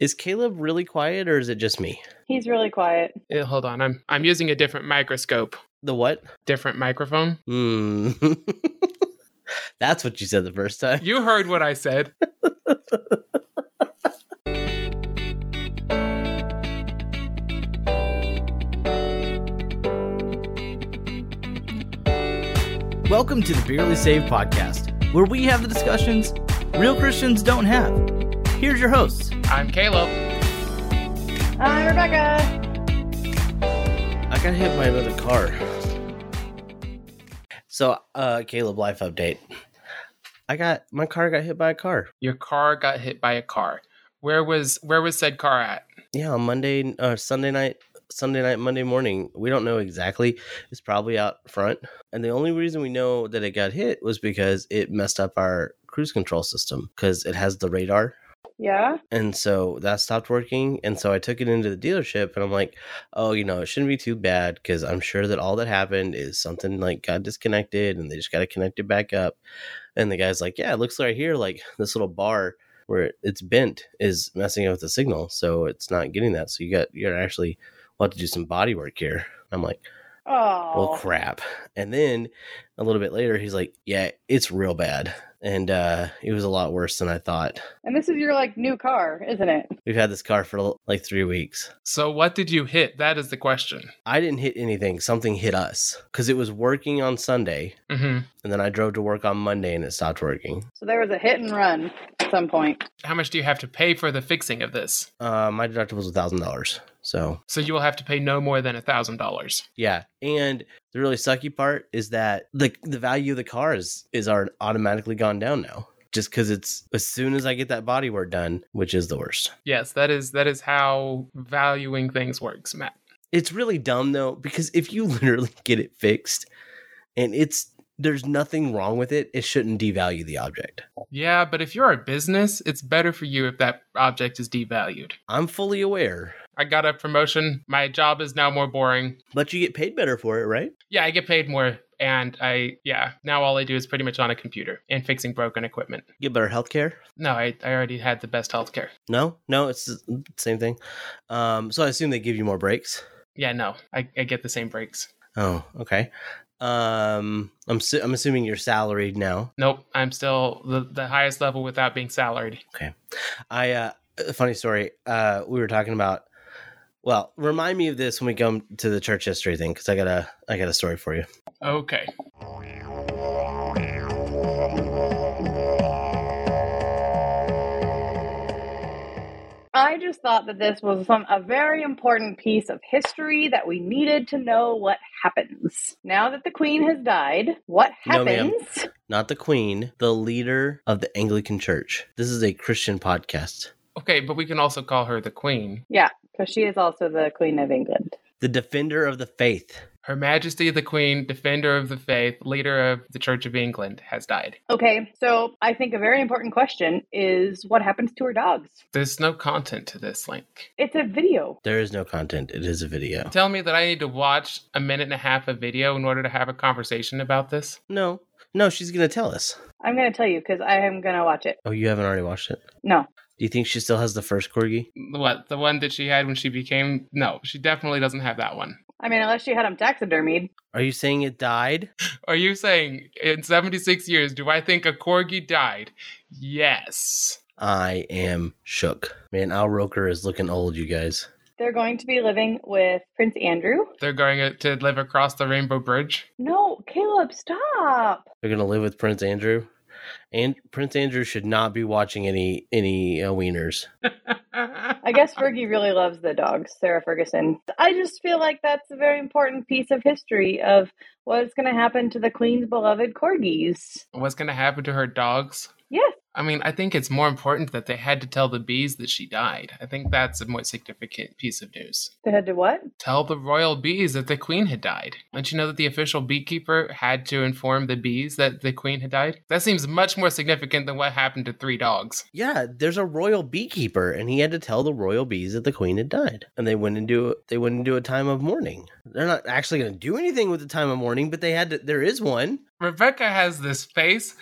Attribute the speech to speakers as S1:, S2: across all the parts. S1: Is Caleb really quiet or is it just me?
S2: He's really quiet.
S3: Eh, hold on, I'm I'm using a different microscope,
S1: The what?
S3: different microphone.
S1: Hmm. That's what you said the first time.
S3: You heard what I said.
S4: Welcome to the Barely Saved podcast, where we have the discussions real Christians don't have. Here's your hosts.
S3: I'm Caleb.
S2: I'm Rebecca.
S1: I got hit by another car. So, uh, Caleb, life update. I got my car got hit by a car.
S3: Your car got hit by a car. Where was where was said car at?
S1: Yeah, on Monday, uh, Sunday night, Sunday night, Monday morning. We don't know exactly. It's probably out front. And the only reason we know that it got hit was because it messed up our cruise control system because it has the radar.
S2: Yeah.
S1: And so that stopped working. And so I took it into the dealership and I'm like, oh, you know, it shouldn't be too bad because I'm sure that all that happened is something like got disconnected and they just got to connect it back up. And the guy's like, yeah, it looks right here like this little bar where it's bent is messing up with the signal. So it's not getting that. So you got, you're actually, we'll have to do some body work here. I'm like,
S2: Oh.
S1: well crap and then a little bit later he's like yeah it's real bad and uh it was a lot worse than i thought
S2: and this is your like new car, isn't it?
S1: we've had this car for like three weeks
S3: So what did you hit? That is the question.
S1: I didn't hit anything. Something hit us because it was working on Sunday,
S3: hmm
S1: and then I drove to work on Monday and it stopped working.
S2: So there was a hit and run at some point.
S3: How much do you have to pay for the fixing of this?
S1: Uh, my deductible was a thousand dollars. So
S3: So you will have to pay no more than a thousand dollars.
S1: yeah, and the really sucky part is that the the value of the car is is are automatically gone down now. Just because it's as soon as I get that body work done, which is the worst.
S3: Yes, that is that is how valuing things works, Matt.
S1: It's really dumb though because if you literally get it fixed, and it's there's nothing wrong with it, it shouldn't devalue the object.
S3: Yeah, but if you're a business, it's better for you if that object is devalued.
S1: I'm fully aware,
S3: I got a promotion. My job is now more boring.
S1: but you get paid better for it, right?
S3: Yeah, I get paid more. And I, yeah, now all I do is pretty much on a computer and fixing broken equipment.
S1: get better health care
S3: No, I, I already had the best healthcare.
S1: no no it's the same thing um so i assume they give you more breaks
S3: Yeah, no, I, I get the same breaks.
S1: oh okay um i'm su- i'm assuming you're salaried now
S3: Nope, I'm still the, the highest level without being salaried.
S1: i uh a funny story uh we were talking about well remind me of this when we come to the church history thing because i got a i got a story for you
S3: Okay.
S2: I just thought that this was some a very important piece of history that we needed to know what happens. Now that the queen has died, what
S1: No, ma'am.
S2: happens?
S1: not the queen the leader of the anglican church this is a christian podcast
S3: Okay, but we can also call her the queen.
S2: yeah, because she is also the queen of England.
S1: the defender of the faith
S3: Her Majesty the Queen, defender of the faith, leader of the Church of England, has died.
S2: Okay, so I think a very important question is what happens to her dogs?
S3: There's no content to this link.
S2: It's a video.
S1: there is no content it is a video
S3: Tell me that I need to watch a minute and a half of video in order to have a conversation about this?
S1: no no she's gonna tell us
S2: I'm going to tell you because I am going to watch it.
S1: oh you haven't already watched it
S2: No,
S1: Do you think she still has the first corgi?
S3: What, the one that she had when she became. No, she definitely doesn't have that one.
S2: I mean, unless she had them taxidermied.
S1: Are you saying it died?
S3: Are you saying in 76 years, do I think a corgi died? Yes.
S1: I am shook. Man, Al Roker is looking old, you guys.
S2: They're going to be living with Prince Andrew.
S3: They're going to live across the Rainbow Bridge.
S2: No, Caleb, stop.
S1: They're gonna live with Prince Andrew. And Prince Andrew should not be watching any any uh, wieners.
S2: I guess Fergie really loves the dogs, Sarah Ferguson. I just feel like that's a very important piece of history of what's going to happen to the Queen's beloved corgis.
S3: What's going to happen to her dogs?
S2: Yes.
S3: I mean, I think it's more important that they had to tell the bees that she died. I think that's a more significant piece of news.
S2: They had to what?
S3: Tell the royal bees that the queen had died. Don't you know that the official beekeeper had to inform the bees that the queen had died? That seems much more significant than what happened to three dogs.
S1: Yeah, there's a royal beekeeper, and he had to tell the royal bees that the queen had died, and they went into they went into a time of mourning. They're not actually gonna do anything with the time of mourning, but they had to. There is one.
S3: Rebecca has this face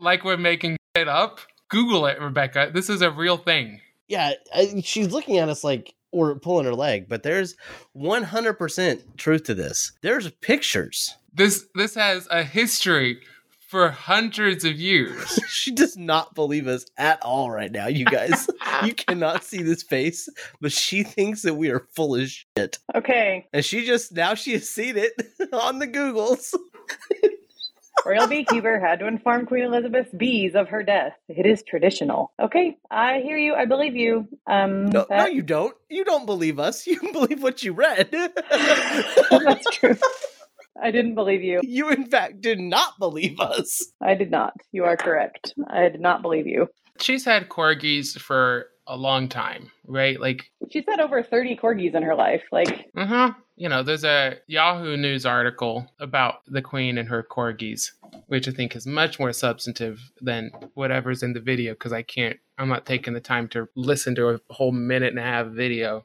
S3: like we're making it up. Google it, Rebecca. This is a real thing.
S1: yeah, I, she's looking at us like we're pulling her leg, but there's 100% truth to this. There's pictures.
S3: This this has a history for hundreds of years.
S1: she does not believe us at all right now, you guys. you cannot see this face, but she thinks that we are full of shit.
S2: Okay,
S1: And she just now she has seen it on the Googles.
S2: Royal beekeeper had to inform Queen Elizabeth's bees of her death. It is traditional. Okay, I hear you. I believe you. Um,
S1: No, no,
S2: that-
S1: you don't. You don't believe us. You believe what you read.
S2: that's true. I didn't believe you.
S1: you, in fact, did not believe us.
S2: I did not. You are correct. I did not believe you.
S3: She's had corgis for a long time, right? Like,
S2: She's had over 30 corgis in her life. Like,
S3: uh-huh. You know, there's a Yahoo News article about the queen and her corgis, which I think is much more substantive than whatever's in the video because I can't, I'm not taking the time to listen to a whole minute and a half video.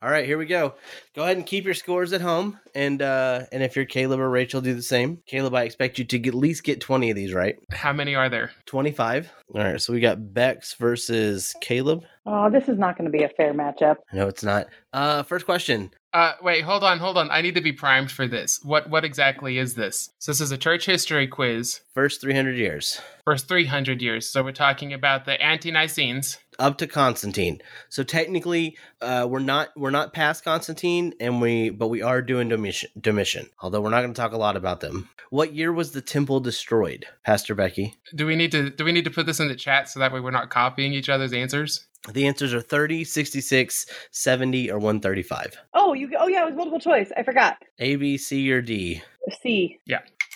S1: All right, here we go. Go ahead and keep your scores at home, and uh, and if you're Caleb or Rachel, do the same. Caleb, I expect you to get- at least get twenty of these right.
S3: How many are there?
S1: Twenty-five. All right, so we got Bex versus Caleb.
S2: oh, this is not going to be a fair matchup.
S1: No, it's not. Uh, first question.
S3: Uh, wait, hold on, hold on. I need to be primed for this. What what exactly is this? So this is a church history quiz,
S1: First three hundred years
S3: first 300 years. So we're talking about the anti-Nicenes.
S1: up to Constantine. So technically, uh, we're not we're not past Constantine, and we but we are doing Domitian. Domitian although we're not going to talk a lot about them. What year was the temple destroyed, Pastor Becky?
S3: Do we need to do we need to put this in the chat so that way we're not copying each other's answers?
S1: The answers are 30, 66, 70, or 135.
S2: Oh, you. Oh, yeah, it was multiple choice. I forgot.
S1: A, B, C, or D.
S2: C.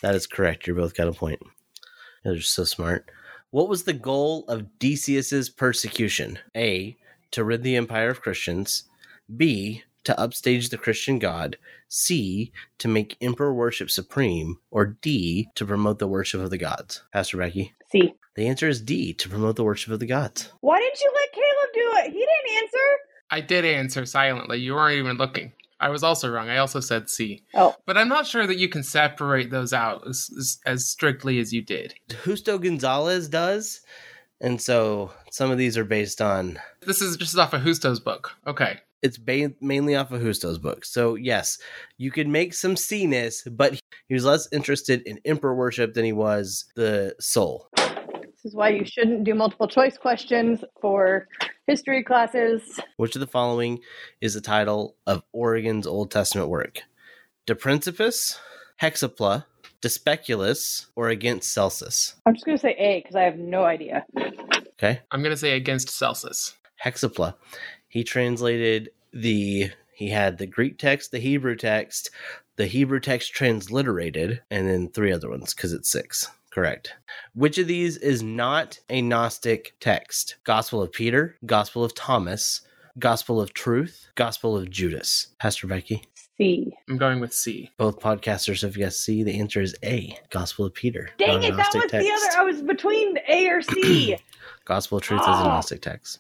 S1: That is correct. You're both got a point. You're so smart. What was the goal of Decius's persecution? A, to rid the empire of Christians. B, to upstage the Christian god. C, to make emperor worship supreme. Or D, to promote the worship of the gods. Pastor Becky,
S2: C.
S1: the answer is D, to promote the worship of the gods.
S2: Why didn't you let Caleb do it? He didn't answer.
S3: I did answer silently. You weren't even looking. I was also wrong. I also said C.
S2: Oh.
S3: But I'm not sure that you can separate those out as, as, as strictly as you did.
S1: Justo Gonzalez does. And so some of these are based on
S3: This is just off of Husto's book. Okay.
S1: it's ba- mainly off of Husto's book. So yes, you could make some C-ness, but he was less interested in emperor worship than he was the soul.
S2: This is why you shouldn't do multiple choice questions for history classes.
S1: Which of the following is the title of Oregon's Old Testament work? De Principis, Hexapla, De Speculus, or Against Celsus?
S2: I'm just going to say A because I have no idea.
S1: Okay,
S3: I'm going to say against Celsus.
S1: Hexapla. He translated the he had the Greek text, the Hebrew text, the Hebrew text transliterated, and then three other ones because it's six. Correct. Which of these is not a Gnostic text? Gospel of Peter, Gospel of Thomas, Gospel of Truth, Gospel of Judas. Pastor Becky,
S2: C.
S3: I'm going with C.
S1: both podcasters have guessed C. The answer is A, Gospel of Peter.
S2: Dang
S1: not a
S2: it, that
S1: Gnostic
S2: was the other. I was between A or C.
S1: Gospel of Truth is a
S2: Ah.
S1: Gnostic text.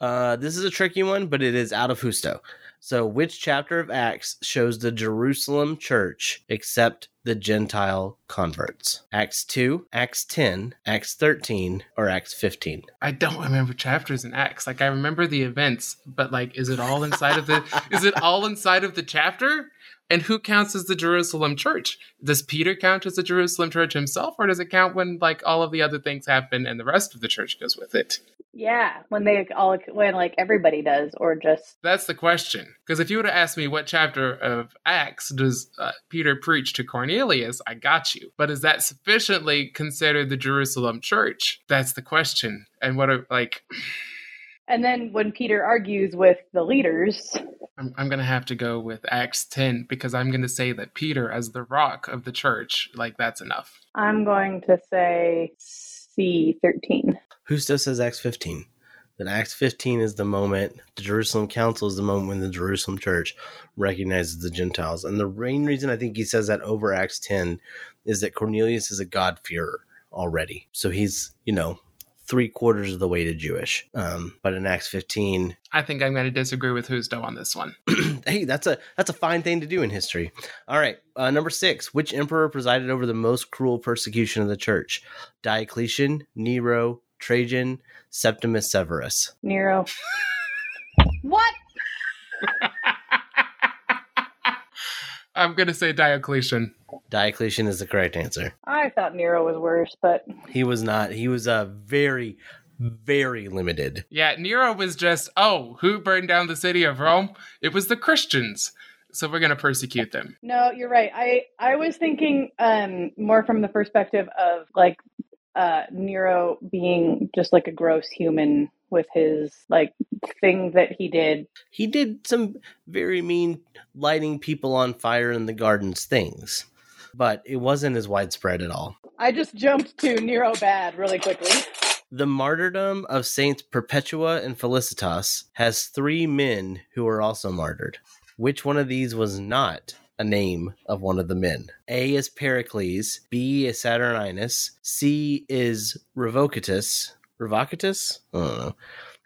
S1: Uh, this is a tricky one, but it is out of Husto. So, which chapter of Acts shows the Jerusalem church except the Gentile converts? Acts 2, Acts 10, Acts 13, or Acts 15?
S3: I don't remember chapters and acts. Like I remember the events, but like is it all inside of the is it all inside of the chapter? And who counts as the Jerusalem church? Does Peter count as the Jerusalem church himself or does it count when like all of the other things happen and the rest of the church goes with it?
S2: yeah, when they all, when like everybody does, or just
S3: That's the question. Because if you would have asked me what chapter of Acts does uh, Peter preach to Cornelius, I got you. But is that sufficiently considered the Jerusalem church? That's the question. And what are like
S2: And then when Peter argues with the leaders,
S3: I'm, I'm gonna have to go with Acts 10 because I'm gonna say that Peter, as the rock of the church, like that's enough.
S2: I'm going to say C13.
S1: Husto says Acts 15. Then Acts 15 is the moment, the Jerusalem Council is the moment when the Jerusalem church recognizes the Gentiles. And the main reason I think he says that over Acts 10 is that Cornelius is a God-fearer already. So he's, you know, three quarters of the way to Jewish. Um, but in Acts 15,
S3: I think I'm gonna disagree with Husdo on this one.
S1: hey, that's a that's a fine thing to do in history. All right, uh, number six. Which emperor presided over the most cruel persecution of the church? Diocletian, Nero, Trajan, Septimus Severus.
S2: Nero. what?
S3: I'm gonna say Diocletian.
S1: Diocletian is the correct answer.
S2: I thought Nero was worse, but
S1: He was not. He was uh, very, very limited.
S3: Yeah, Nero was just oh, who burned down the city of Rome? It was the Christians, so we're gonna persecute them.
S2: no, you're right. I I was thinking um more from the perspective of like uh Nero being just like a gross human with his like thing that he did.
S1: He did some very mean lighting people on fire in the gardens things, but it wasn't as widespread at all.
S2: I just jumped to Nero bad really quickly.
S1: The martyrdom of Saints Perpetua and Felicitas has three men who were also martyred. Which one of these was not a name of one of the men? A is Pericles, B is Saturninus, C is Revocatus, Revocatus? I don't know.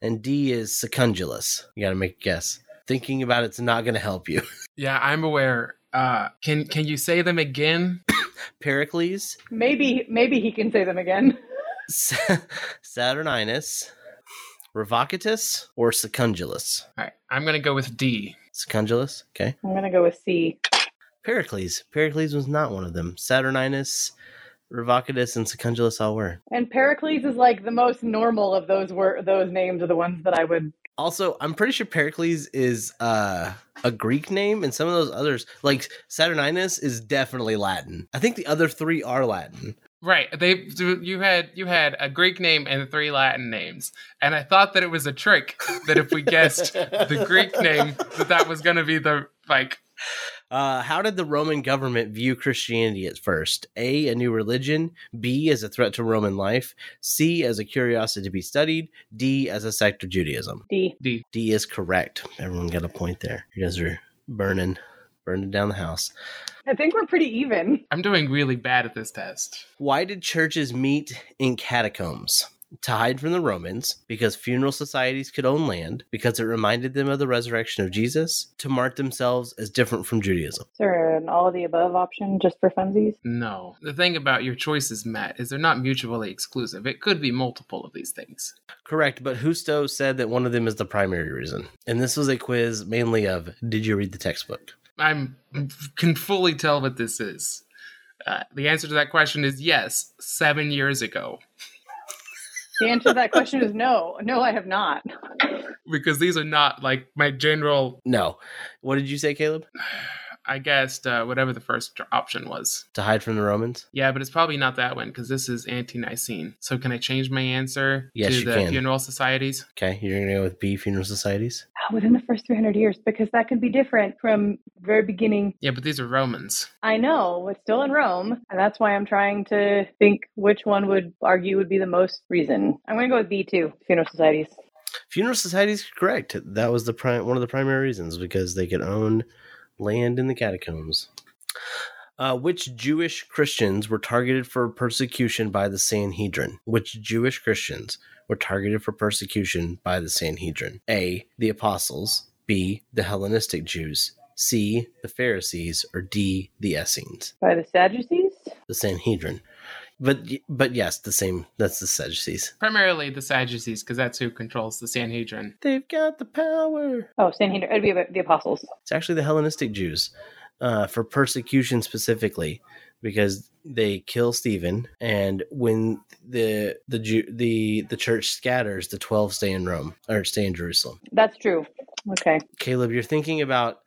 S1: And D is Secundulus. You gotta make a guess. Thinking about it's not gonna help you.
S3: Yeah, I'm aware. Uh, can can you say them again?
S1: Pericles,
S2: Maybe maybe he can say them again.
S1: Sa- Saturninus, Revocatus, or Secundulus?
S3: All right, I'm gonna go with D.
S1: Secundulus, okay.
S2: I'm gonna go with C.
S1: Pericles. Pericles was not one of them. Saturninus, Revocatus, and Secundulus all were.
S2: And Pericles is like the most normal of those were those names are the ones that I would
S1: Also, I'm pretty sure Pericles is uh, a Greek name, and some of those others, like Saturninus, is definitely Latin. I think the other three are Latin.
S3: Right. They you had you had a Greek name and three Latin names. And I thought that it was a trick that if we guessed the Greek name that that was going to be the like
S1: Uh, how did the Roman government view Christianity at first? A, a new religion. B, as a threat to Roman life. C, as a curiosity to be studied. D, as a sect of Judaism.
S2: D.
S1: D is correct. Everyone got a point there. You guys are burning, burning down the house.
S2: I think we're pretty even.
S3: I'm doing really bad at this test.
S1: Why did churches meet in catacombs? To hide from the Romans, because funeral societies could own land, because it reminded them of the resurrection of Jesus, to mark themselves as different from Judaism.
S2: Is there an all of the above option just for funsies?
S3: No. The thing about your choices, Matt, is they're not mutually exclusive. It could be multiple of these things.
S1: Correct, but Husto said that one of them is the primary reason. And this was a quiz mainly of did you read the textbook?
S3: I'm can fully tell what this is. Uh, the answer to that question is yes, 7 years ago.
S2: The answer to that question is no. No, I have not.
S3: Because these are not like my general
S1: No. What did you say, Caleb?
S3: I guessed uh, whatever the first option was.
S1: To hide from the Romans?
S3: Yeah, but it's probably not that one because this is anti-Nicene. So can I change my answer
S1: Yes,
S3: to
S1: you
S3: the
S1: can.
S3: funeral societies?
S1: Okay, you're gonna go with B funeral societies?
S2: Ah, Within the first 300 years, because that could be different from very beginning.
S3: Yeah, but these are Romans.
S2: I know it's still in Rome, and that's why I'm trying to think which one would argue would be the most reason. I'm going to go with B2, funeral societies.
S1: Funeral societies correct. That was the prime one of the primary reasons because they could own land in the catacombs. Uh, which Jewish Christians were targeted for persecution by the Sanhedrin? Which Jewish Christians were targeted for persecution by the Sanhedrin? A. The apostles. B. The Hellenistic Jews. C. The Pharisees. Or D. The Essenes.
S2: By the Sadducees?
S1: The Sanhedrin. But but yes, the same. That's the Sadducees.
S3: Primarily the Sadducees, because that's who controls the Sanhedrin.
S1: They've got the power.
S2: Oh, Sanhedrin. It'd be about the apostles.
S1: It's actually the Hellenistic Jews uh, for persecution specifically because they kill Stephen, and when the the Jew, the the church scatters, the twelve stay in Rome or stay in Jerusalem.
S2: That's true. Okay.
S1: Caleb, you're thinking about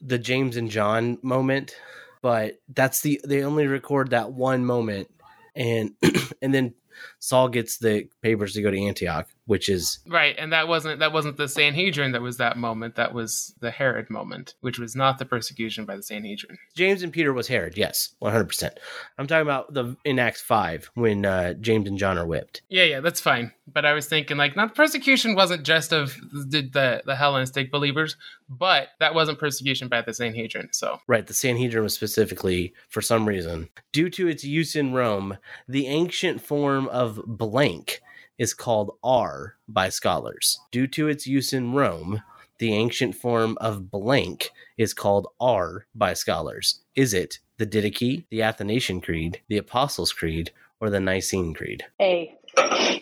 S1: the James and John moment, but that's the they only record that one moment, and and then Saul gets the papers to go to Antioch, which is
S3: Right, and that wasn't that wasn't the Sanhedrin that was that moment. That was the Herod moment, which was not the persecution by the Sanhedrin.
S1: James and Peter was Herod, yes, one hundred percent. I'm talking about the in Acts five when uh, James and John are whipped.
S3: Yeah, yeah, that's fine. But I was thinking like, not the persecution wasn't just of the the, the Hellenistic believers, but that wasn't persecution by the Sanhedrin. So
S1: Right, the Sanhedrin was specifically for some reason due to its use in Rome. The ancient form of blank is called R by scholars. Due to its use in Rome, the ancient form of blank is called R by scholars. Is it the Didache, the Athanasian Creed, the Apostles' Creed, or the Nicene Creed?
S2: A. I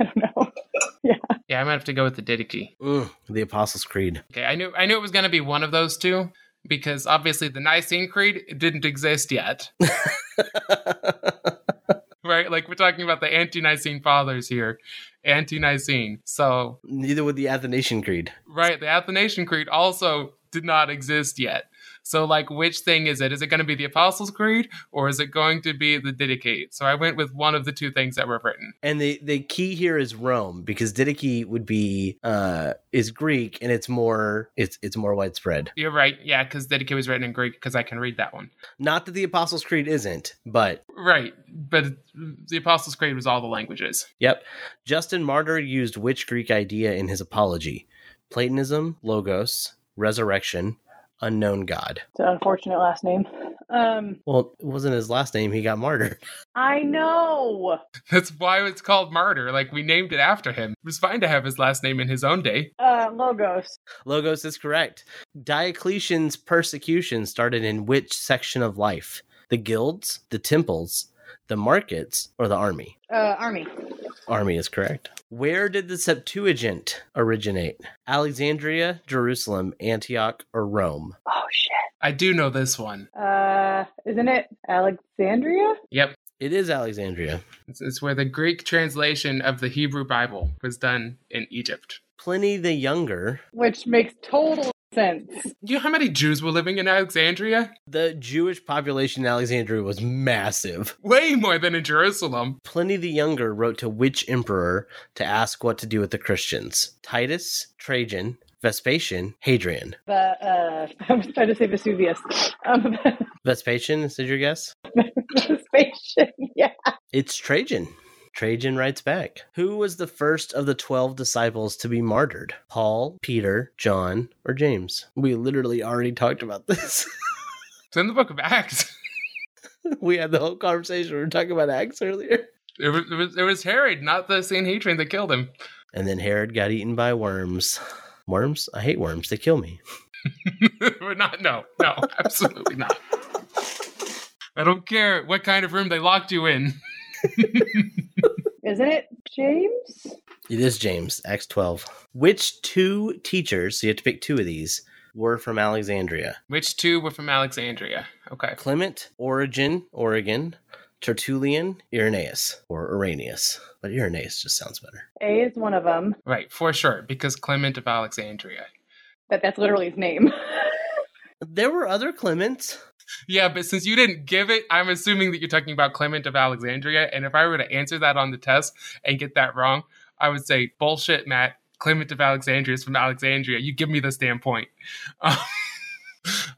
S2: don't know.
S3: Yeah, I might have to go with the Didache.
S1: Mm, the Apostles' Creed.
S3: Okay, I knew I knew it was going to be one of those two because obviously the Nicene Creed didn't exist yet, right? Like we're talking about the anti-Nicene fathers here, anti-Nicene. So,
S1: Neither would the Athanasian Creed.
S3: right, the Athanasian Creed also did not exist yet. So, like, which thing is it? Is it going to be the Apostles' Creed or is it going to be the Didache? So I went with one of the two things that were written.
S1: And the, the key here is Rome because Didache would be uh is Greek and it's more it's it's more widespread.
S3: You're right, yeah, because Didache was written in Greek because I can read that one.
S1: Not that the Apostles' Creed isn't, but
S3: Right, but the Apostles' Creed was all the languages.
S1: yep. Justin Martyr used which Greek idea in his apology? Platonism, logos, resurrection, unknown god.
S2: It's an unfortunate last name. Um,
S1: Well, it wasn't his last name, he got martyred.
S2: I know.
S3: That's why it's called Martyr. Like, we named it after him. It was fine to have his last name in his own day.
S2: Uh, logos.
S1: Logos is correct. Diocletian's persecution started in which section of life? The guilds, the temples, the markets, or the army?
S2: Uh, army.
S1: Army is correct. Where did the Septuagint originate? Alexandria, Jerusalem, Antioch, or Rome?
S2: Oh shit.
S3: I do know this one.
S2: Uh, isn't it Alexandria?
S3: Yep.
S1: It is Alexandria.
S3: It's, it's where the Greek translation of the Hebrew Bible was done in Egypt.
S1: Pliny the Younger,
S2: Which makes total sense.
S3: You know how many Jews were living in Alexandria?
S1: the Jewish population in Alexandria was massive.
S3: Way more than in Jerusalem.
S1: Pliny the Younger wrote to which emperor to ask what to do with the Christians? Titus, Trajan, Vespasian, Hadrian.
S2: But uh, I was trying to say Vesuvius. Um,
S1: Vespasian, is that your guess?
S2: Vespasian. Yeah.
S1: It's Trajan. Trajan writes back. Who was the first of the 12 disciples to be martyred? Paul, Peter, John, or James? We literally already talked about this.
S3: It's in the book of Acts.
S1: we had the whole conversation. We were talking about Acts earlier.
S3: It was, it was, it was Herod, not the Sanhedrin, that killed him.
S1: And then Herod got eaten by worms. Worms? I hate worms. They kill me.
S3: We're not, no, no, absolutely not. I don't care what kind of room they locked you in.
S2: Isn't it James?
S1: It is James, Acts 12. Which two teachers, so you have to pick two of these, were from Alexandria?
S3: Which two were from Alexandria? Okay.
S1: Clement, Origen, Oregon, Tertullian, Irenaeus, or Irenaeus. But Irenaeus just sounds better.
S2: A is one of them.
S3: Right, for sure, because Clement of Alexandria.
S2: That that's literally his name.
S1: There were other Clements.
S3: Yeah, but since you didn't give it, I'm assuming that you're talking about Clement of Alexandria. And if I were to answer that on the test and get that wrong, I would say, bullshit, Matt. Clement of Alexandria is from Alexandria. You give me this damn point. Um,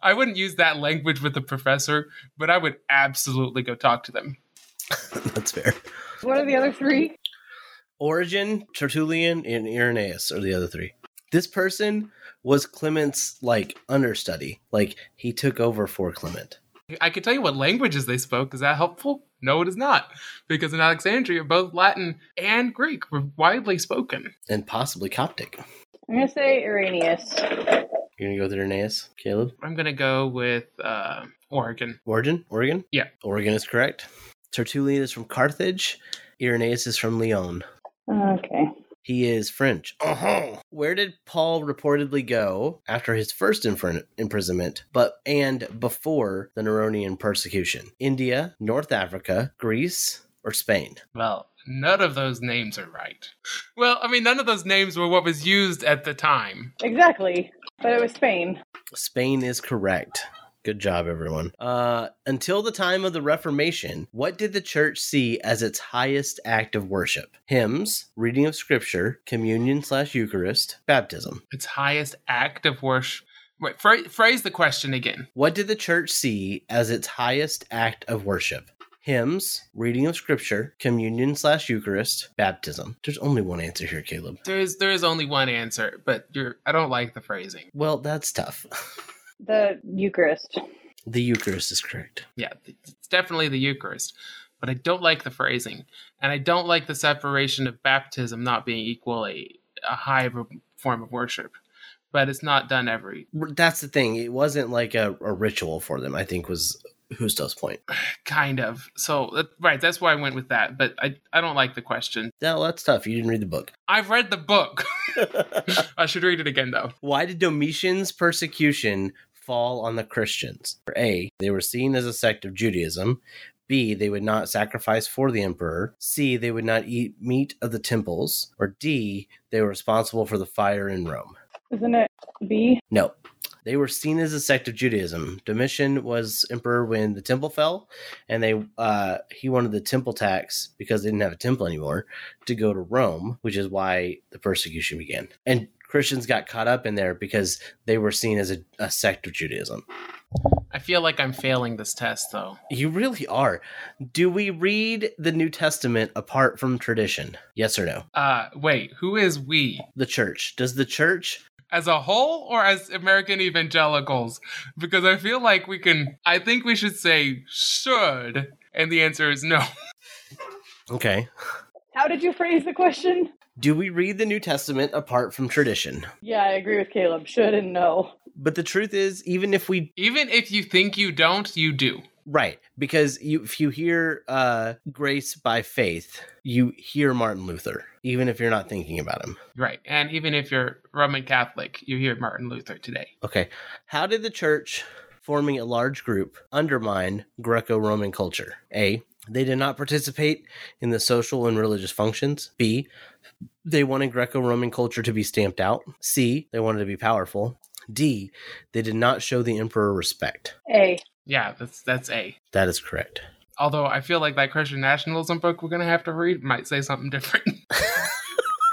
S3: I wouldn't use that language with the professor, but I would absolutely go talk to them.
S1: That's fair.
S2: what are the other three?
S1: Origen, Tertullian, and Irenaeus are the other three. This person was Clement's like understudy. Like he took over for Clement.
S3: I could tell you what languages they spoke. Is that helpful? No, it is not. Because in Alexandria, both Latin and Greek were widely spoken.
S1: And possibly Coptic.
S2: I'm gonna say Irenaeus.
S1: You're gonna go with Irenaeus, Caleb?
S3: I'm going to go with uh, Oregon.
S1: Origin? Oregon?
S3: Yeah.
S1: Oregon is correct. Tertullian is from Carthage. Irenaeus is from Lyon.
S2: Okay.
S1: He is French. Uh-huh. Where did Paul reportedly go after his first infr- imprisonment, but and before the Neronian persecution? India, North Africa, Greece, or Spain?
S3: Well, none of those names are right. Well, I mean, none of those names were what was used at the time.
S2: Exactly. But it was Spain.
S1: Spain is correct. Good job, everyone. Uh, until the time of the Reformation, what did the church see as its highest act of worship? Hymns, reading of scripture, communion slash Eucharist, baptism.
S3: Its highest act of worship. Wait, phra- phrase the question again.
S1: What did the church see as its highest act of worship? Hymns, reading of scripture, communion slash Eucharist, baptism. There's only one answer here, Caleb.
S3: There is there is only one answer, but you're I don't like the phrasing.
S1: Well, that's tough.
S2: The Eucharist.
S1: the Eucharist is correct.
S3: Yeah, it's definitely the Eucharist, but I don't like the phrasing, and I don't like the separation of baptism not being equally a high of a form of worship. but it's not done every.
S1: That's the thing. It wasn't like a, a ritual for them. I think was Husto's point.
S3: Kind of. So that, right, that's why I went with that. But I, I don't like the question.
S1: No, that's tough. You didn't read the book.
S3: I've read the book. I should read it again though.
S1: Why did Domitian's persecution fall on the Christians? A. They were seen as a sect of Judaism. B. They would not sacrifice for the emperor. C. They would not eat meat of the temples. Or D. They were responsible for the fire in Rome.
S2: Isn't it B?
S1: No. They were seen as a sect of Judaism. Domitian was emperor when the temple fell, and they uh, he wanted the temple tax because they didn't have a temple anymore to go to Rome, which is why the persecution began. And Christians got caught up in there because they were seen as a, a sect of Judaism.
S3: I feel like I'm failing this test though.
S1: You really are. Do we read the New Testament apart from tradition? Yes or no?
S3: Uh, wait, who is we?
S1: The church. Does the church
S3: as a whole or as American evangelicals? Because I feel like we can, I think we should say should, and the answer is no.
S1: Okay.
S2: How did you phrase the question?
S1: Do we read the New Testament apart from tradition?
S2: Yeah, I agree with Caleb. Should and no.
S1: But the truth is, even if we
S3: Even if you think you don't, you do.
S1: Right, because you if you hear uh grace by faith, you hear Martin Luther, even if you're not thinking about him.
S3: Right. And even if you're Roman Catholic, you hear Martin Luther today.
S1: Okay. How did the church forming a large group undermine Greco-Roman culture? A. They did not participate in the social and religious functions. B. They wanted Greco-Roman culture to be stamped out. C. They wanted to be powerful. D. They did not show the emperor respect.
S2: A.
S3: Yeah, that's that's A.
S1: That is correct.
S3: Although I feel like that Christian nationalism book we're gonna have to read might say something different.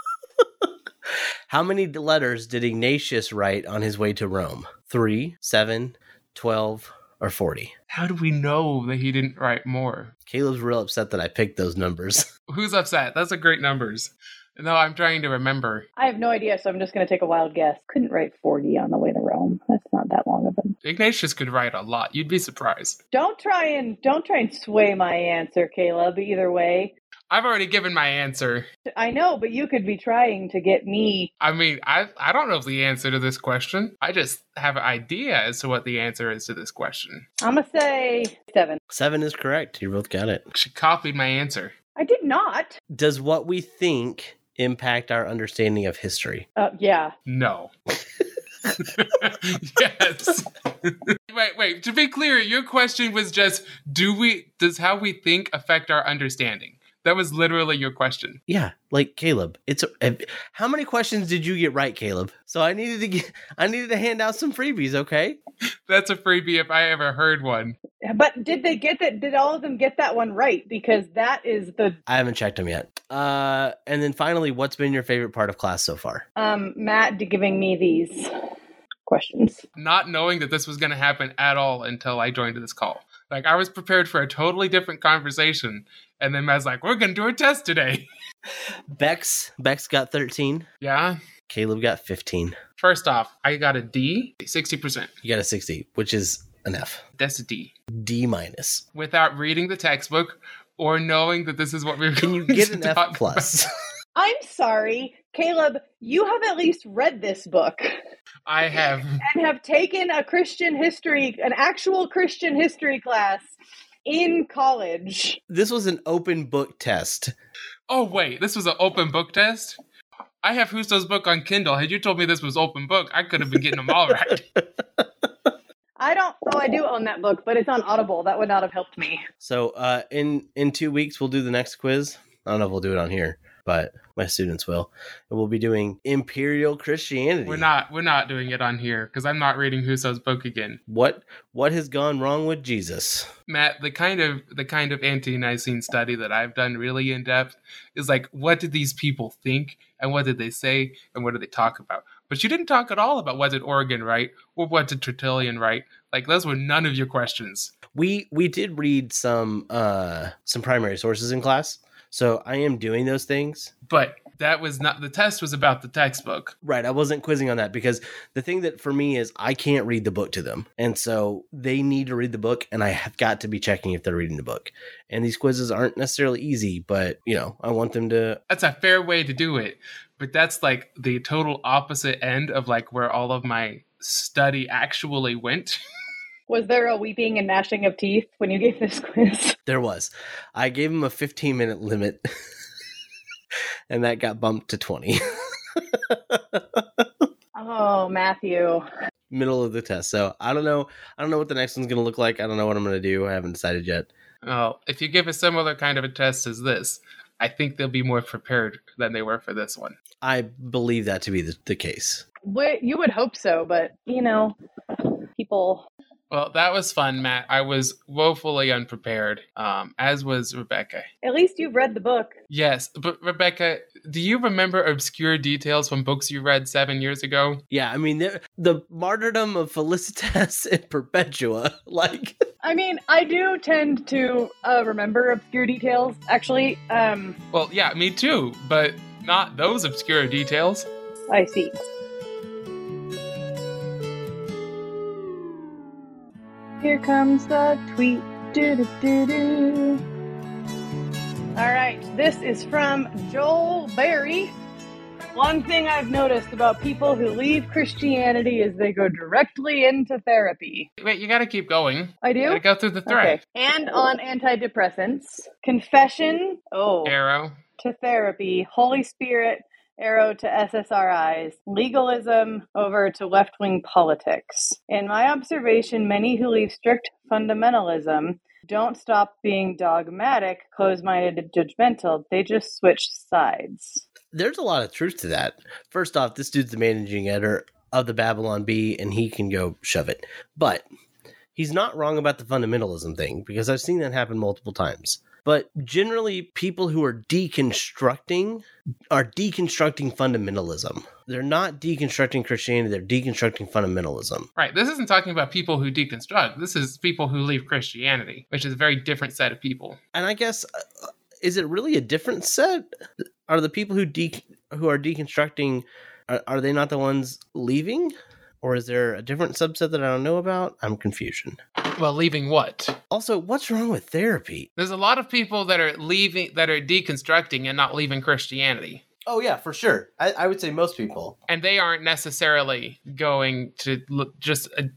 S1: How many letters did Ignatius write on his way to Rome? Three, seven, twelve, or 40?
S3: How do we know that he didn't write more?
S1: Caleb's real upset that I picked those numbers.
S3: Who's upset? That's a great numbers. No, I'm trying to remember.
S2: I have no idea, so I'm just going to take a wild guess. Couldn't write 40 on the way to Rome. That's not that long of a.
S3: Ignatius could write a lot. You'd be surprised.
S2: Don't try and don't try and sway my answer, Caleb. Either way,
S3: I've already given my answer.
S2: I know, but you could be trying to get me.
S3: I mean, I I don't know the answer to this question. I just have an idea as to what the answer is to this question.
S2: I'm gonna say seven.
S1: Seven is correct. You both got it.
S3: She copied my answer.
S2: I did not.
S1: Does what we think impact our understanding of history?
S2: Uh, yeah,
S3: No. yes. wait, wait. To be clear, your question was just do we does how we think affect our understanding? That was literally your question.
S1: Yeah, like Caleb. It's a, how many questions did you get right, Caleb? So I needed to get, I needed to hand out some freebies. Okay,
S3: That's a freebie if I ever heard one.
S2: but did they get that? Did all of them get that one right? Because that is the
S1: I haven't checked them yet. Uh, and then finally, what's been your favorite part of class so far?
S2: um, Matt giving me these questions.
S3: Not knowing that this was going to happen at all until I joined this call. Like I was prepared for a totally different conversation, and then Matt's like, "We're going to do a test today."
S1: Bex, Bex got thirteen.
S3: yeah.
S1: Caleb got fifteen.
S3: First off, I got a D, sixty percent.
S1: You got a sixty, which is an F.
S3: That's a D.
S1: D minus.
S3: Without reading the textbook or knowing that this is what we were
S1: Can you
S3: going
S1: get
S3: to
S1: an F
S3: talk about.
S1: plus?
S2: I'm sorry, Caleb. You have at least read this book.
S3: I have.
S2: and have taken a Christian history, an actual Christian history class in college.
S1: this was an open book test.
S3: Oh wait, this was an open book test. I have Husto's book on Kindle. Had you told me this was open book, I could have been getting them all right.
S2: I don't, oh, I do own that book, but it's on Audible. That would not have helped me.
S1: So uh, in in two weeks we'll do the next quiz. I don't know if we'll do it on here, but my students will. And we'll be doing Imperial Christianity.
S3: We're not. We're not doing it on here because I'm not reading Husto's book again.
S1: What what has gone wrong with Jesus?
S3: Matt, the kind of the kind of anti-Nicene study that I've done really in depth is like, what did these people think, and what did they say, and what did they talk about? But you didn't talk at all about what did Oregon write, or what did Tertullian write. Like those were none of your questions.
S1: We we did read some uh some primary sources in class. So I am doing those things.
S3: But that was not the test was about the textbook.
S1: Right. I wasn't quizzing on that because the thing that for me is I can't read the book to them. And so they need to read the book and I have got to be checking if they're reading the book. And these quizzes aren't necessarily easy, but you know, I want them to
S3: That's a fair way to do it. But that's like the total opposite end of like where all of my study actually went.
S2: Was there a weeping and gnashing of teeth when you gave this quiz?
S1: there was. I gave them a 15 minute limit and that got bumped to 20
S2: Oh, Matthew.
S1: middle of the test. So I don't know. I don't know what the next one's going to look like. I don't know what I'm going to do. I haven't decided yet.
S3: Oh, if you give a similar kind of a test as this, I think they'll be more prepared than they were for this one.
S1: I believe that to be the, the case.
S2: What you would hope so, but you know, people
S3: Well, that was fun, Matt. I was woefully unprepared, um, as was Rebecca.
S2: at least you've read the book.
S3: Yes, but Rebecca, do you remember obscure details from books you read seven years ago?
S1: Yeah, I mean the, the martyrdom of Felicitas and Perpetua, like
S2: I mean, I do tend to uh, remember obscure details. Actually, um,
S3: Well, yeah, me too, but not those obscure details.
S2: I see. Here comes the tweet. Do-do-do-do. All right, this is from Joel Berry. One thing I've noticed about people who leave Christianity is they go directly into therapy.
S3: Wait, you gotta keep going.
S2: I do?
S3: Gotta go through the thread.
S2: And on antidepressants, confession, oh,
S3: Arrow.
S2: to therapy, Holy Spirit, arrow to SSRIs, legalism over to left wing politics. In my observation, many who leave strict fundamentalism don't stop being dogmatic, close minded, and judgmental. They just switch sides.
S1: there's a lot of truth to that. First off, this dude's the managing editor of the Babylon Bee, and he can go shove it. But he's not wrong about the fundamentalism thing because I've seen that happen multiple times. But generally, people who are deconstructing are deconstructing fundamentalism. They're not deconstructing Christianity, they're deconstructing fundamentalism.
S3: Right, this isn't talking about people who deconstruct. This is people who leave Christianity, which is a very different set of people.
S1: and I guess uh, is it really a different set? Are the people who de- who are deconstructing are, are they not the ones leaving, or is there a different subset that I don't know about? I'm confusion.
S3: Well, leaving what?
S1: Also, what's wrong with therapy?
S3: There's a lot of people that are leaving, that are deconstructing and not leaving Christianity.
S1: Oh yeah, for sure. I, I would say most people.
S3: and they aren't necessarily going to look just a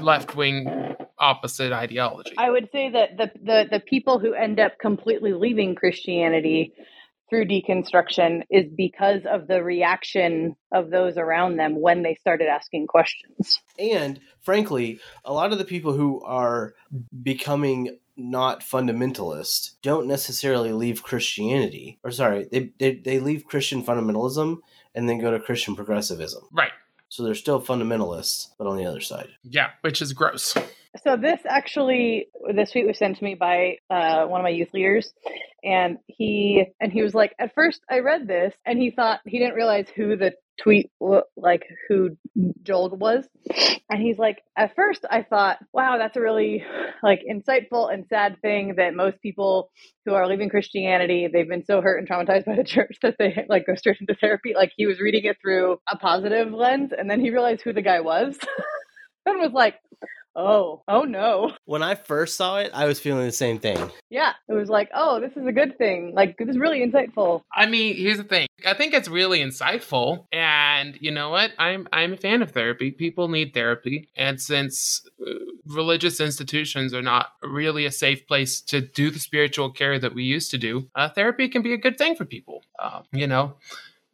S3: left wing opposite ideology.
S2: I would say that the, the, the people who end up completely leaving Christianity through deconstruction is because of the reaction of those around them when they started asking questions.
S1: And frankly, a lot of the people who are becoming not fundamentalist don't necessarily leave Christianity, or sorry, they they, they leave Christian fundamentalism and then go to Christian progressivism.
S3: right.
S1: So they're still fundamentalists, but on the other side.
S3: Yeah, which is gross.
S2: So this actually, this tweet was sent to me by uh, one of my youth leaders, and he and he was like, at first I read this, and he thought he didn't realize who the tweet wa- like who Joel was, and he's like, at first I thought, wow, that's a really like insightful and sad thing that most people who are leaving Christianity, they've been so hurt and traumatized by the church that they like go straight into therapy. Like he was reading it through a positive lens, and then he realized who the guy was, and was like. Oh, oh no.
S1: When I first saw it, I was feeling the same thing.
S2: Yeah. It was like, oh, this is a good thing. Like, this is really insightful.
S3: I mean, here's the thing. I think it's really insightful, and you know what? I'm I'm a fan of therapy. People need therapy, and since uh, religious institutions are not really a safe place to do the spiritual care that we used to do, uh, therapy can be a good thing for people. Uh, you know,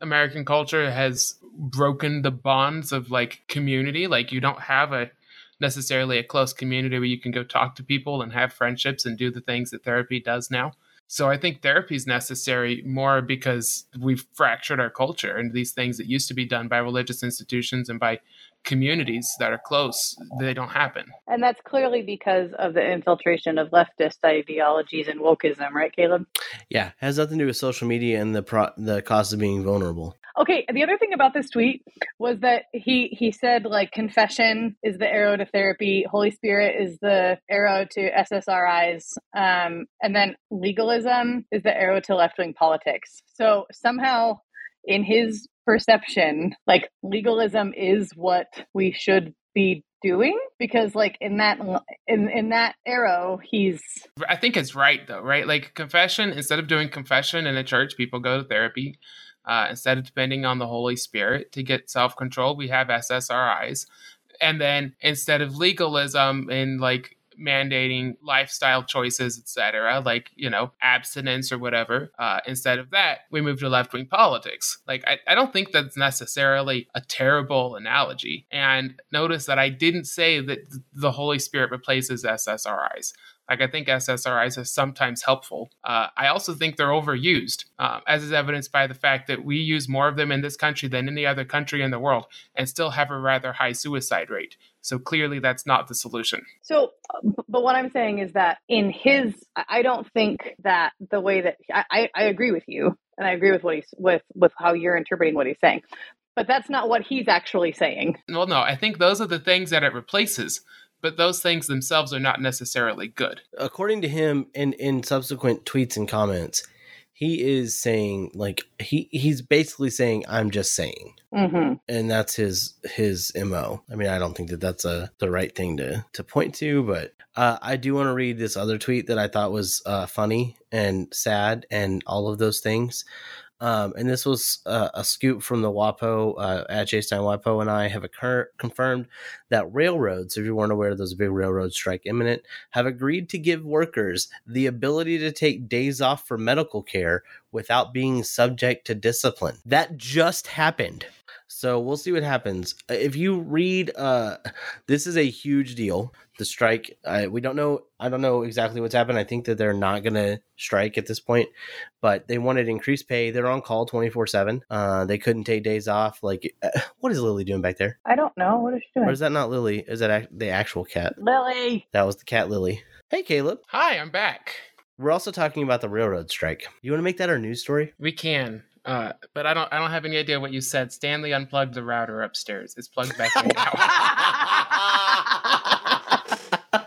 S3: American culture has broken the bonds of like community. Like you don't have a necessarily a close community where you can go talk to people and have friendships and do the things that therapy does now. So I think therapy is necessary more because we've fractured our culture and these things that used to be done by religious institutions and by communities that are close, they don't happen.
S2: And that's clearly because of the infiltration of leftist ideologies and wokeism, right, Caleb?
S1: Yeah, has nothing to do with social media and the pro- the cost of being vulnerable.
S2: Okay, the other thing about this tweet was that he he said like confession is the arrow to therapy, Holy Spirit is the arrow to SSRIs, um, and then legalism is the arrow to left wing politics. So somehow in his perception, like legalism is what we should be doing because like in that in in that arrow he's
S3: I think it's right though, right? Like confession, instead of doing confession in a church, people go to therapy. Uh, instead of depending on the Holy Spirit to get self control, we have SSRIs. And then instead of legalism and like mandating lifestyle choices, etc., like you know abstinence or whatever. Uh, instead of that, we move to left wing politics. Like I, I don't think that's necessarily a terrible analogy. And notice that I didn't say that th- the Holy Spirit replaces SSRIs. Like I think SSRIs are sometimes helpful. Uh, I also think they're overused, uh, as is evidenced by the fact that we use more of them in this country than any other country in the world, and still have a rather high suicide rate. So clearly, that's not the solution.
S2: So, but what I'm saying is that in his, I don't think that the way that I, I agree with you, and I agree with what he's with with how you're interpreting what he's saying, but that's not what he's actually saying.
S3: Well, no, I think those are the things that it replaces but those things themselves are not necessarily good.
S1: According to him, in in subsequent tweets and comments, he is saying like he he's basically saying I'm just saying,
S2: mm-hmm.
S1: and that's his his mo. I mean, I don't think that that's a the right thing to to point to, but uh, I do want to read this other tweet that I thought was uh, funny and sad and all of those things. Um, and this was uh, a scoop from the WAPO uh, at J Stein WAPO, and I have occur- confirmed that railroads, if you weren't aware, there's a big railroad strike imminent, have agreed to give workers the ability to take days off for medical care without being subject to discipline. That just happened. So we'll see what happens. If you read, uh, this is a huge deal. The strike. I, we don't know. I don't know exactly what's happened. I think that they're not going to strike at this point, but they wanted increased pay. They're on call twenty four seven. uh, They couldn't take days off. Like, uh, what is Lily doing back there?
S2: I don't know. What is she doing?
S1: Or is that not Lily? Is that act- the actual cat?
S2: Lily.
S1: That was the cat, Lily. Hey, Caleb.
S3: Hi, I'm back.
S1: We're also talking about the railroad strike. You want to make that our news story?
S3: We can. Uh, but I don't I don't have any idea what you said. Stanley unplugged the router upstairs. It's plugged back in now.
S1: uh,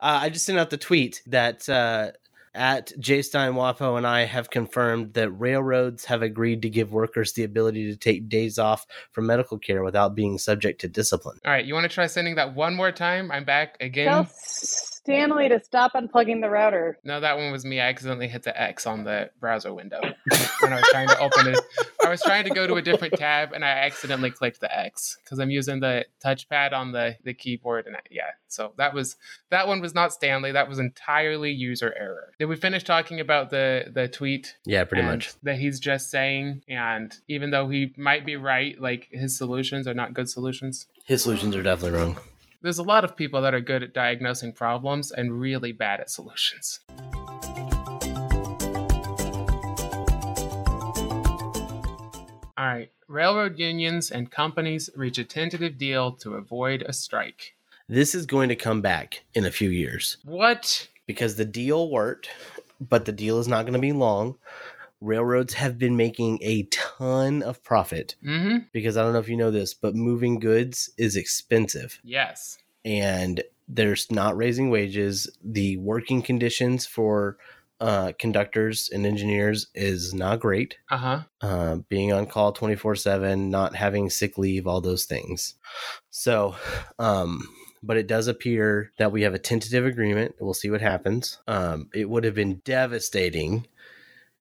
S1: I just sent out the tweet that uh, at J Stein Wapo and I have confirmed that railroads have agreed to give workers the ability to take days off from medical care without being subject to discipline.
S3: All right, you want to try sending that one more time? I'm back again.
S2: Tell Stanley to stop unplugging the router.
S3: No, that one was me. I accidentally hit the X on the browser window when I was trying to open it. I was trying to go to a different tab and I accidentally clicked the X because I'm using the touchpad on the the keyboard and I, yeah. So that was that one was not Stanley. That was entirely user error did we finish talking about the the tweet
S1: yeah pretty much
S3: that he's just saying and even though he might be right like his solutions are not good solutions
S1: his solutions are definitely wrong
S3: there's a lot of people that are good at diagnosing problems and really bad at solutions all right railroad unions and companies reach a tentative deal to avoid a strike
S1: this is going to come back in a few years
S3: what
S1: because the deal worked, but the deal is not going to be long. Railroads have been making a ton of profit
S3: mm-hmm.
S1: because I don't know if you know this, but moving goods is expensive.
S3: Yes.
S1: And they're not raising wages. The working conditions for uh, conductors and engineers is not great.
S3: Uh-huh.
S1: Uh, being on call 24 7, not having sick leave, all those things. So, um, but it does appear that we have a tentative agreement. We'll see what happens. Um, it would have been devastating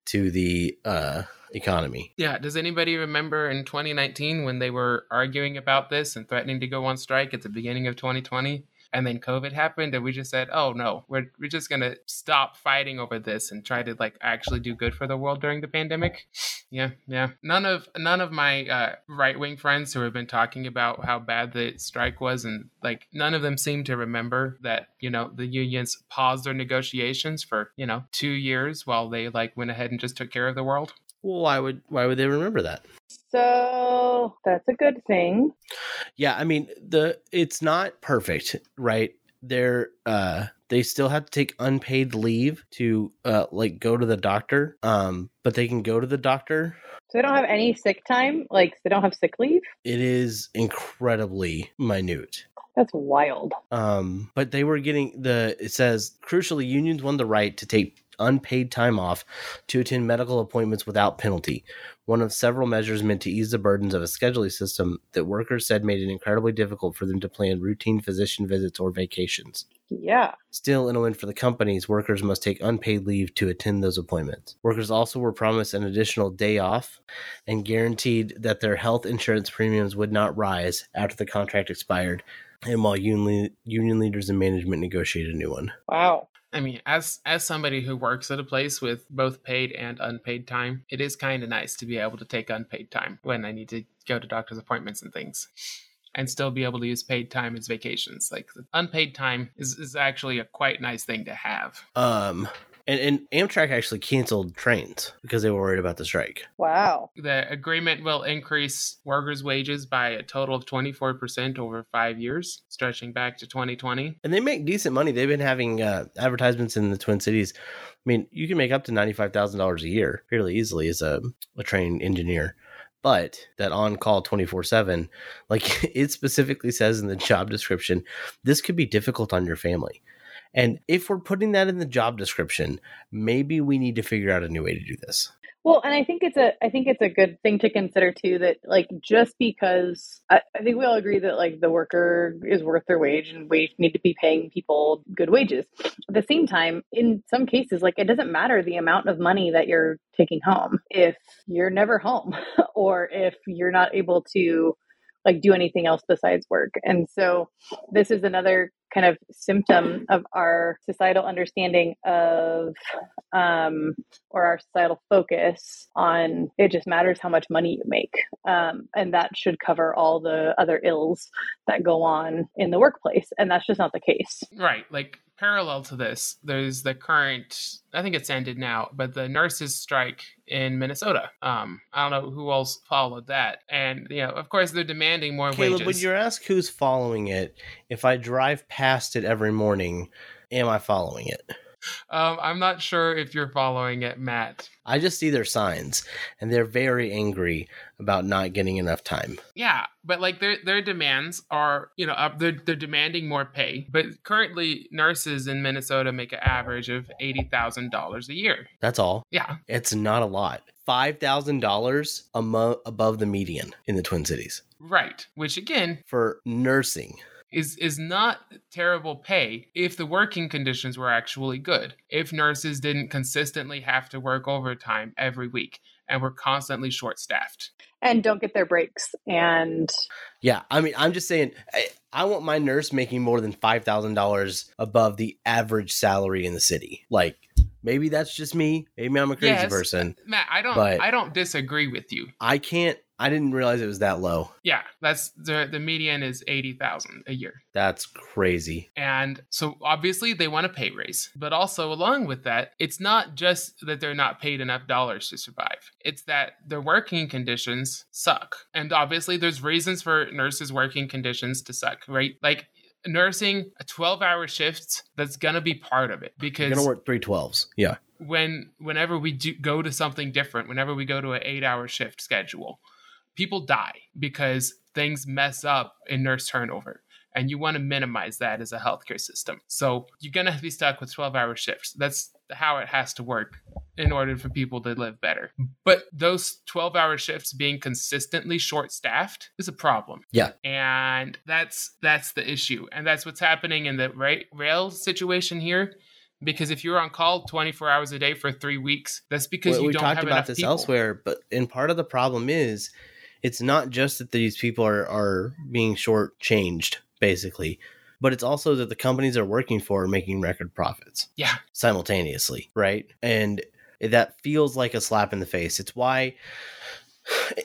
S1: to the uh, economy.
S3: Yeah. Does anybody remember in 2019 when they were arguing about this and threatening to go on strike at the beginning of 2020? And then COVID happened, and we just said, "Oh no, we're we're just gonna stop fighting over this and try to like actually do good for the world during the pandemic." Yeah, yeah. None of none of my uh, right wing friends who have been talking about how bad the strike was, and like none of them seem to remember that you know the unions paused their negotiations for you know two years while they like went ahead and just took care of the world.
S1: Well, why would why would they remember that?
S2: So that's a good thing.
S1: Yeah, I mean the it's not perfect, right? They're uh they still have to take unpaid leave to uh like go to the doctor. Um, but they can go to the doctor.
S2: So they don't have any sick time, like they don't have sick leave.
S1: It is incredibly minute.
S2: That's wild.
S1: Um, but they were getting the it says crucially unions won the right to take unpaid time off to attend medical appointments without penalty, one of several measures meant to ease the burdens of a scheduling system that workers said made it incredibly difficult for them to plan routine physician visits or vacations.
S2: Yeah.
S1: Still, in a win for the companies, workers must take unpaid leave to attend those appointments. Workers also were promised an additional day off and guaranteed that their health insurance premiums would not rise after the contract expired, and while union, le- union leaders and management negotiated a new one.
S2: Wow.
S3: I mean, as as somebody who works at a place with both paid and unpaid time, it is kind of nice to be able to take unpaid time when I need to go to doctor's appointments and things, and still be able to use paid time as vacations. Like unpaid time is is actually a quite nice thing to have.
S1: Um, and, and Amtrak actually canceled trains because they were worried about the strike.
S2: Wow.
S3: The agreement will increase workers' wages by a total of twenty four percent over five years, stretching back to twenty twenty.
S1: And they make decent money. They've been having uh, advertisements in the Twin Cities. I mean, you can make up to $95,000 a year fairly easily as a, a train engineer. But that on call 24 7, like it specifically says in the job description, this could be difficult on your family. And if we're putting that in the job description, maybe we need to figure out a new way to do this.
S2: Well, and I think it's a I think it's a good thing to consider too that like just because I, I think we all agree that like the worker is worth their wage and we need to be paying people good wages. At the same time, in some cases, like it doesn't matter the amount of money that you're taking home if you're never home or if you're not able to like do anything else besides work. And so this is another kind of symptom of our societal understanding of um, or our societal focus on it just matters how much money you make. Um, and that should cover all the other ills that go on in the workplace. And that's just not the case.
S3: Right. Like parallel to this, there's the current, I think it's ended now, but the nurses' strike in Minnesota. Um, I don't know who else followed that. And, you know, of course, they're demanding more
S1: Caleb,
S3: wages.
S1: when you ask who's following it, if I drive past it every morning, am I following it?
S3: um, I'm not sure if you're following it, Matt.
S1: I just see their signs, and they're very angry about not getting enough time.
S3: Yeah, but like their their demands are, you know, up, they're they're demanding more pay. But currently, nurses in Minnesota make an average of eighty thousand dollars a year.
S1: That's all.
S3: Yeah,
S1: It's not a lot. Five thousand dollars amo- above the median in the Twin Cities
S3: right. Which again,
S1: for nursing.
S3: is is not terrible pay if the working conditions were actually good. If nurses didn't consistently have to work overtime every week and were constantly short staffed.
S2: And don't get their breaks. And
S1: Yeah, I mean, I'm just saying, I, I want my nurse making more than five thousand dollars above the average salary in the city. Like, maybe that's just me. Maybe I'm a crazy
S3: Yes.
S1: person.
S3: Matt, I don't
S1: But-
S3: I don't disagree with you.
S1: I can't. I didn't realize it was that low.
S3: Yeah, that's the the median is 80,000 a year.
S1: That's crazy.
S3: And so obviously they want a pay raise. But also along with that, it's not just that they're not paid enough dollars to survive. It's that their working conditions suck. And obviously there's reasons for nurses' working conditions to suck, right? Like nursing a 12-hour shift, that's going to be part of it
S1: You're
S3: because
S1: gonna work three twelves. Yeah.
S3: when whenever we do go to something different, whenever we go to an eight hour shift schedule, people die because things mess up in nurse turnover. And you want to minimize that as a healthcare system. So you're going to be stuck with 12 hour shifts. That's how it has to work in order for people to live better. But those 12 hour shifts being consistently short staffed is a problem and that's that's the issue and that's what's happening in the ra- rail situation here because if you're on call 24 hours a day for three weeks that's because
S1: Well,
S3: you
S1: we
S3: don't
S1: talked
S3: have
S1: about
S3: enough
S1: this
S3: people.
S1: elsewhere, but and part of the problem is it's not just that these people are are being shortchanged, basically, but it's also that the companies they're working for are making record profits.
S3: Yeah.
S1: simultaneously, right? And that feels like a slap in the face. It's why.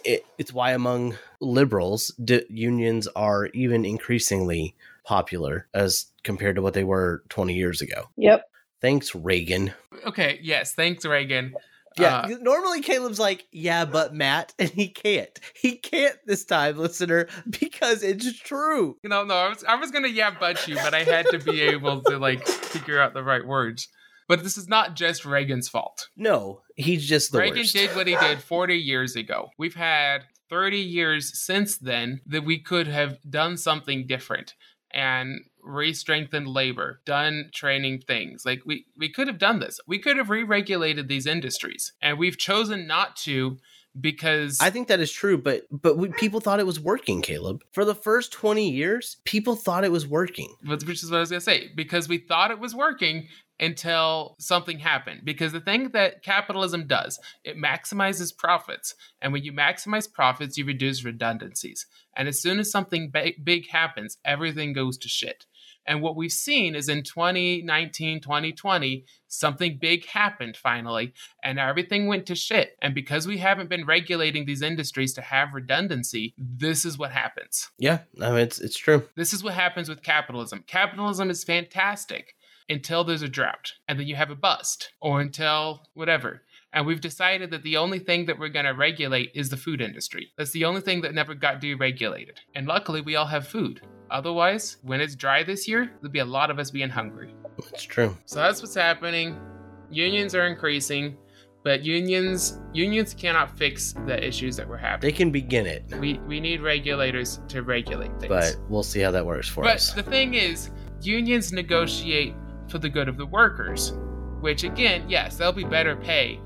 S1: It, it's why among liberals, d- unions are even increasingly popular as compared to what they were 20 years ago.
S2: yep.
S1: Thanks, Reagan.
S3: okay yes thanks reagan
S1: Yeah,
S3: Uh,
S1: normally Caleb's like, yeah, but Matt, and he can't. He can't this time, listener, because it's true.
S3: you know no i was, I was gonna yeah but you but i had to be able to like figure out the right words but this is not just reagan's fault
S1: No, he's just the
S3: Reagan
S1: worst.
S3: did what he did 40 years ago. We've had 30 years since then that we could have done something different. And re-strengthened labor, done training things. Like we we could have done this. We could have re-regulated these industries, and we've chosen not to because
S1: I think that is true, but but we, people thought it was working, Caleb. For the first 20 years, people thought it was working.
S3: which is what I was gonna say because we thought it was working until something happened. Because the thing that capitalism does, it maximizes profits. And when you maximize profits, you reduce redundancies. And as soon as something ba- big happens, everything goes to shit. And what we've seen is in 2019, 2020, something big happened finally, and everything went to shit. And because we haven't been regulating these industries to have redundancy, this is what happens.
S1: Yeah, no, it's it's true.
S3: This is what happens with capitalism. Capitalism is fantastic until there's a drought and then you have a bust or until whatever. And we've decided that the only thing that we're going to regulate is the food industry. That's the only thing that never got deregulated. And luckily, we all have food. Otherwise, when it's dry this year, there'll be a lot of us being hungry.
S1: It's true.
S3: So that's what's happening. Unions are increasing, but unions unions cannot fix the issues that we're
S1: They
S3: having.
S1: can begin it,
S3: We we need regulators to regulate things.
S1: but we'll see how that works for
S3: But
S1: us.
S3: the thing is, unions negotiate for the good of the workers, which again, yes, they'll be better pay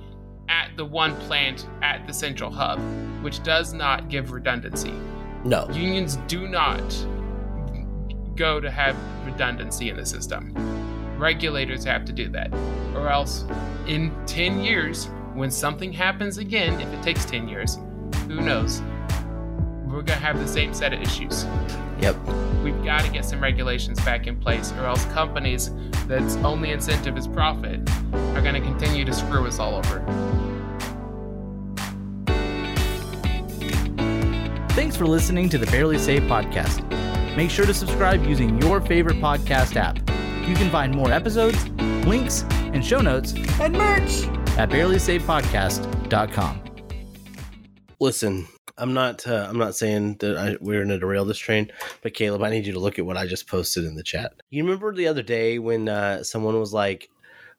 S3: at the one plant at the central hub, which does not give redundancy.
S1: no.
S3: Unions do not go to have redundancy in the system. Regulators have to do that, or else in 10 years, when something happens again, if it takes 10 years, who knows? We're gonna have the same set of issues
S1: Yep.
S3: we've got to get some regulations back in place, or else companies that's only incentive is profit are going to continue to screw us all over.
S4: Thanks for listening to the Barely Safe podcast. Make sure to subscribe using your favorite podcast app. You can find more episodes, links, and show notes and merch at barelysafepodcast.com.
S1: Listen, I'm not uh, I'm not saying that I, we're going to derail this train, but Caleb, I need you to look at what I just posted in the chat. You remember the other day when uh, someone was like,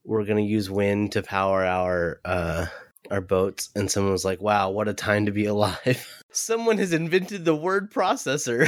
S1: "We're going to use wind to power our uh, our boats," and someone was like, "Wow, what a time to be alive!" someone has invented the word processor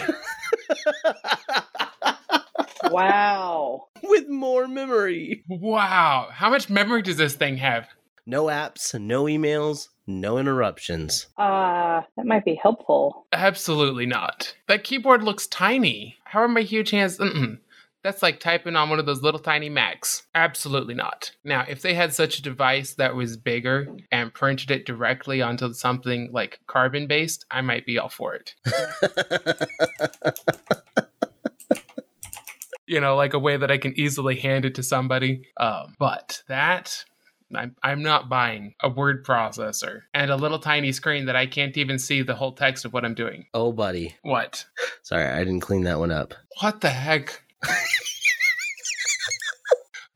S2: Wow.
S1: with more memory.
S3: Wow, how much memory does this thing have?
S1: No apps, no emails, no interruptions.
S2: Uh, that might be helpful.
S3: Absolutely not. That keyboard looks tiny. How are my huge hands? Mm-mm. That's like typing on one of those little tiny Macs. Absolutely not. Now, if they had such a device that was bigger and printed it directly onto something like carbon based, I might be all for it. you know, like a way that I can easily hand it to somebody. Um, but that. I'm, I'm not buying a word processor and a little tiny screen that I can't even see the whole text of what I'm doing.
S1: oh, buddy.
S3: What?
S1: Sorry, I didn't clean that one up.
S3: What the heck?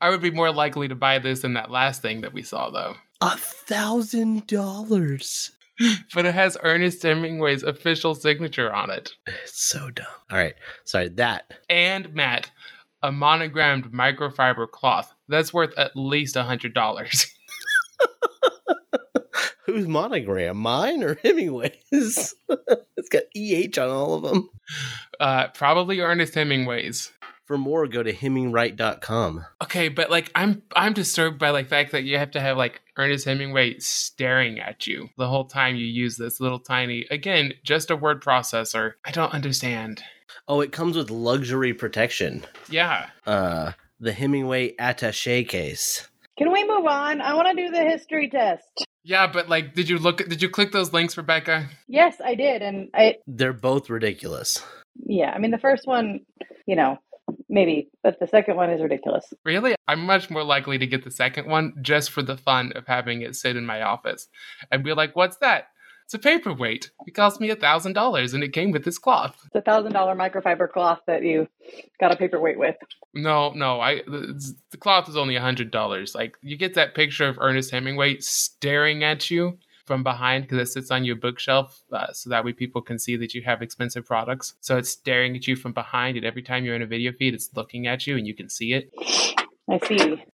S3: I would be more likely to buy this than that last thing that we saw, though.
S1: A thousand dollars.
S3: But it has Ernest Hemingway's official signature on it.
S1: It's so dumb. All right. Sorry, that.
S3: And, Matt, a monogrammed microfiber cloth. That's worth at least a $100.
S1: Whose monogram? Mine or Hemingway's? it's got EH on all of them.
S3: Uh, probably Ernest Hemingway's.
S1: For more, go to hemingwright.com.
S3: Okay, but like I'm I'm disturbed by like the fact that you have to have like Ernest Hemingway staring at you the whole time you use this little tiny again, just a word processor. I don't understand.
S1: Oh, it comes with luxury protection.
S3: Yeah.
S1: Uh, the Hemingway attache case.
S2: Can we move on? I want to do the history test.
S3: Yeah, but like did you look at did you click those links, Rebecca?
S2: Yes, I did. And I,
S1: They're both ridiculous.
S2: yeah, I mean, the first one, you know, maybe, but the second one is ridiculous.
S3: Really? I'm much more likely to get the second one just for the fun of having it sit in my office and be like, What's that? It's a paperweight. It cost me a thousand dollars and it came with this cloth.
S2: It's a thousand dollar microfiber cloth that you got a paperweight with.
S3: No, no, I the, the cloth is only a hundred dollars. Like you get that picture of Ernest Hemingway staring at you from behind because it sits on your bookshelf, uh, so that way people can see that you have expensive products. So it's staring at you from behind, and every time you're in a video feed, it's looking at you, and you can see it.
S2: I see.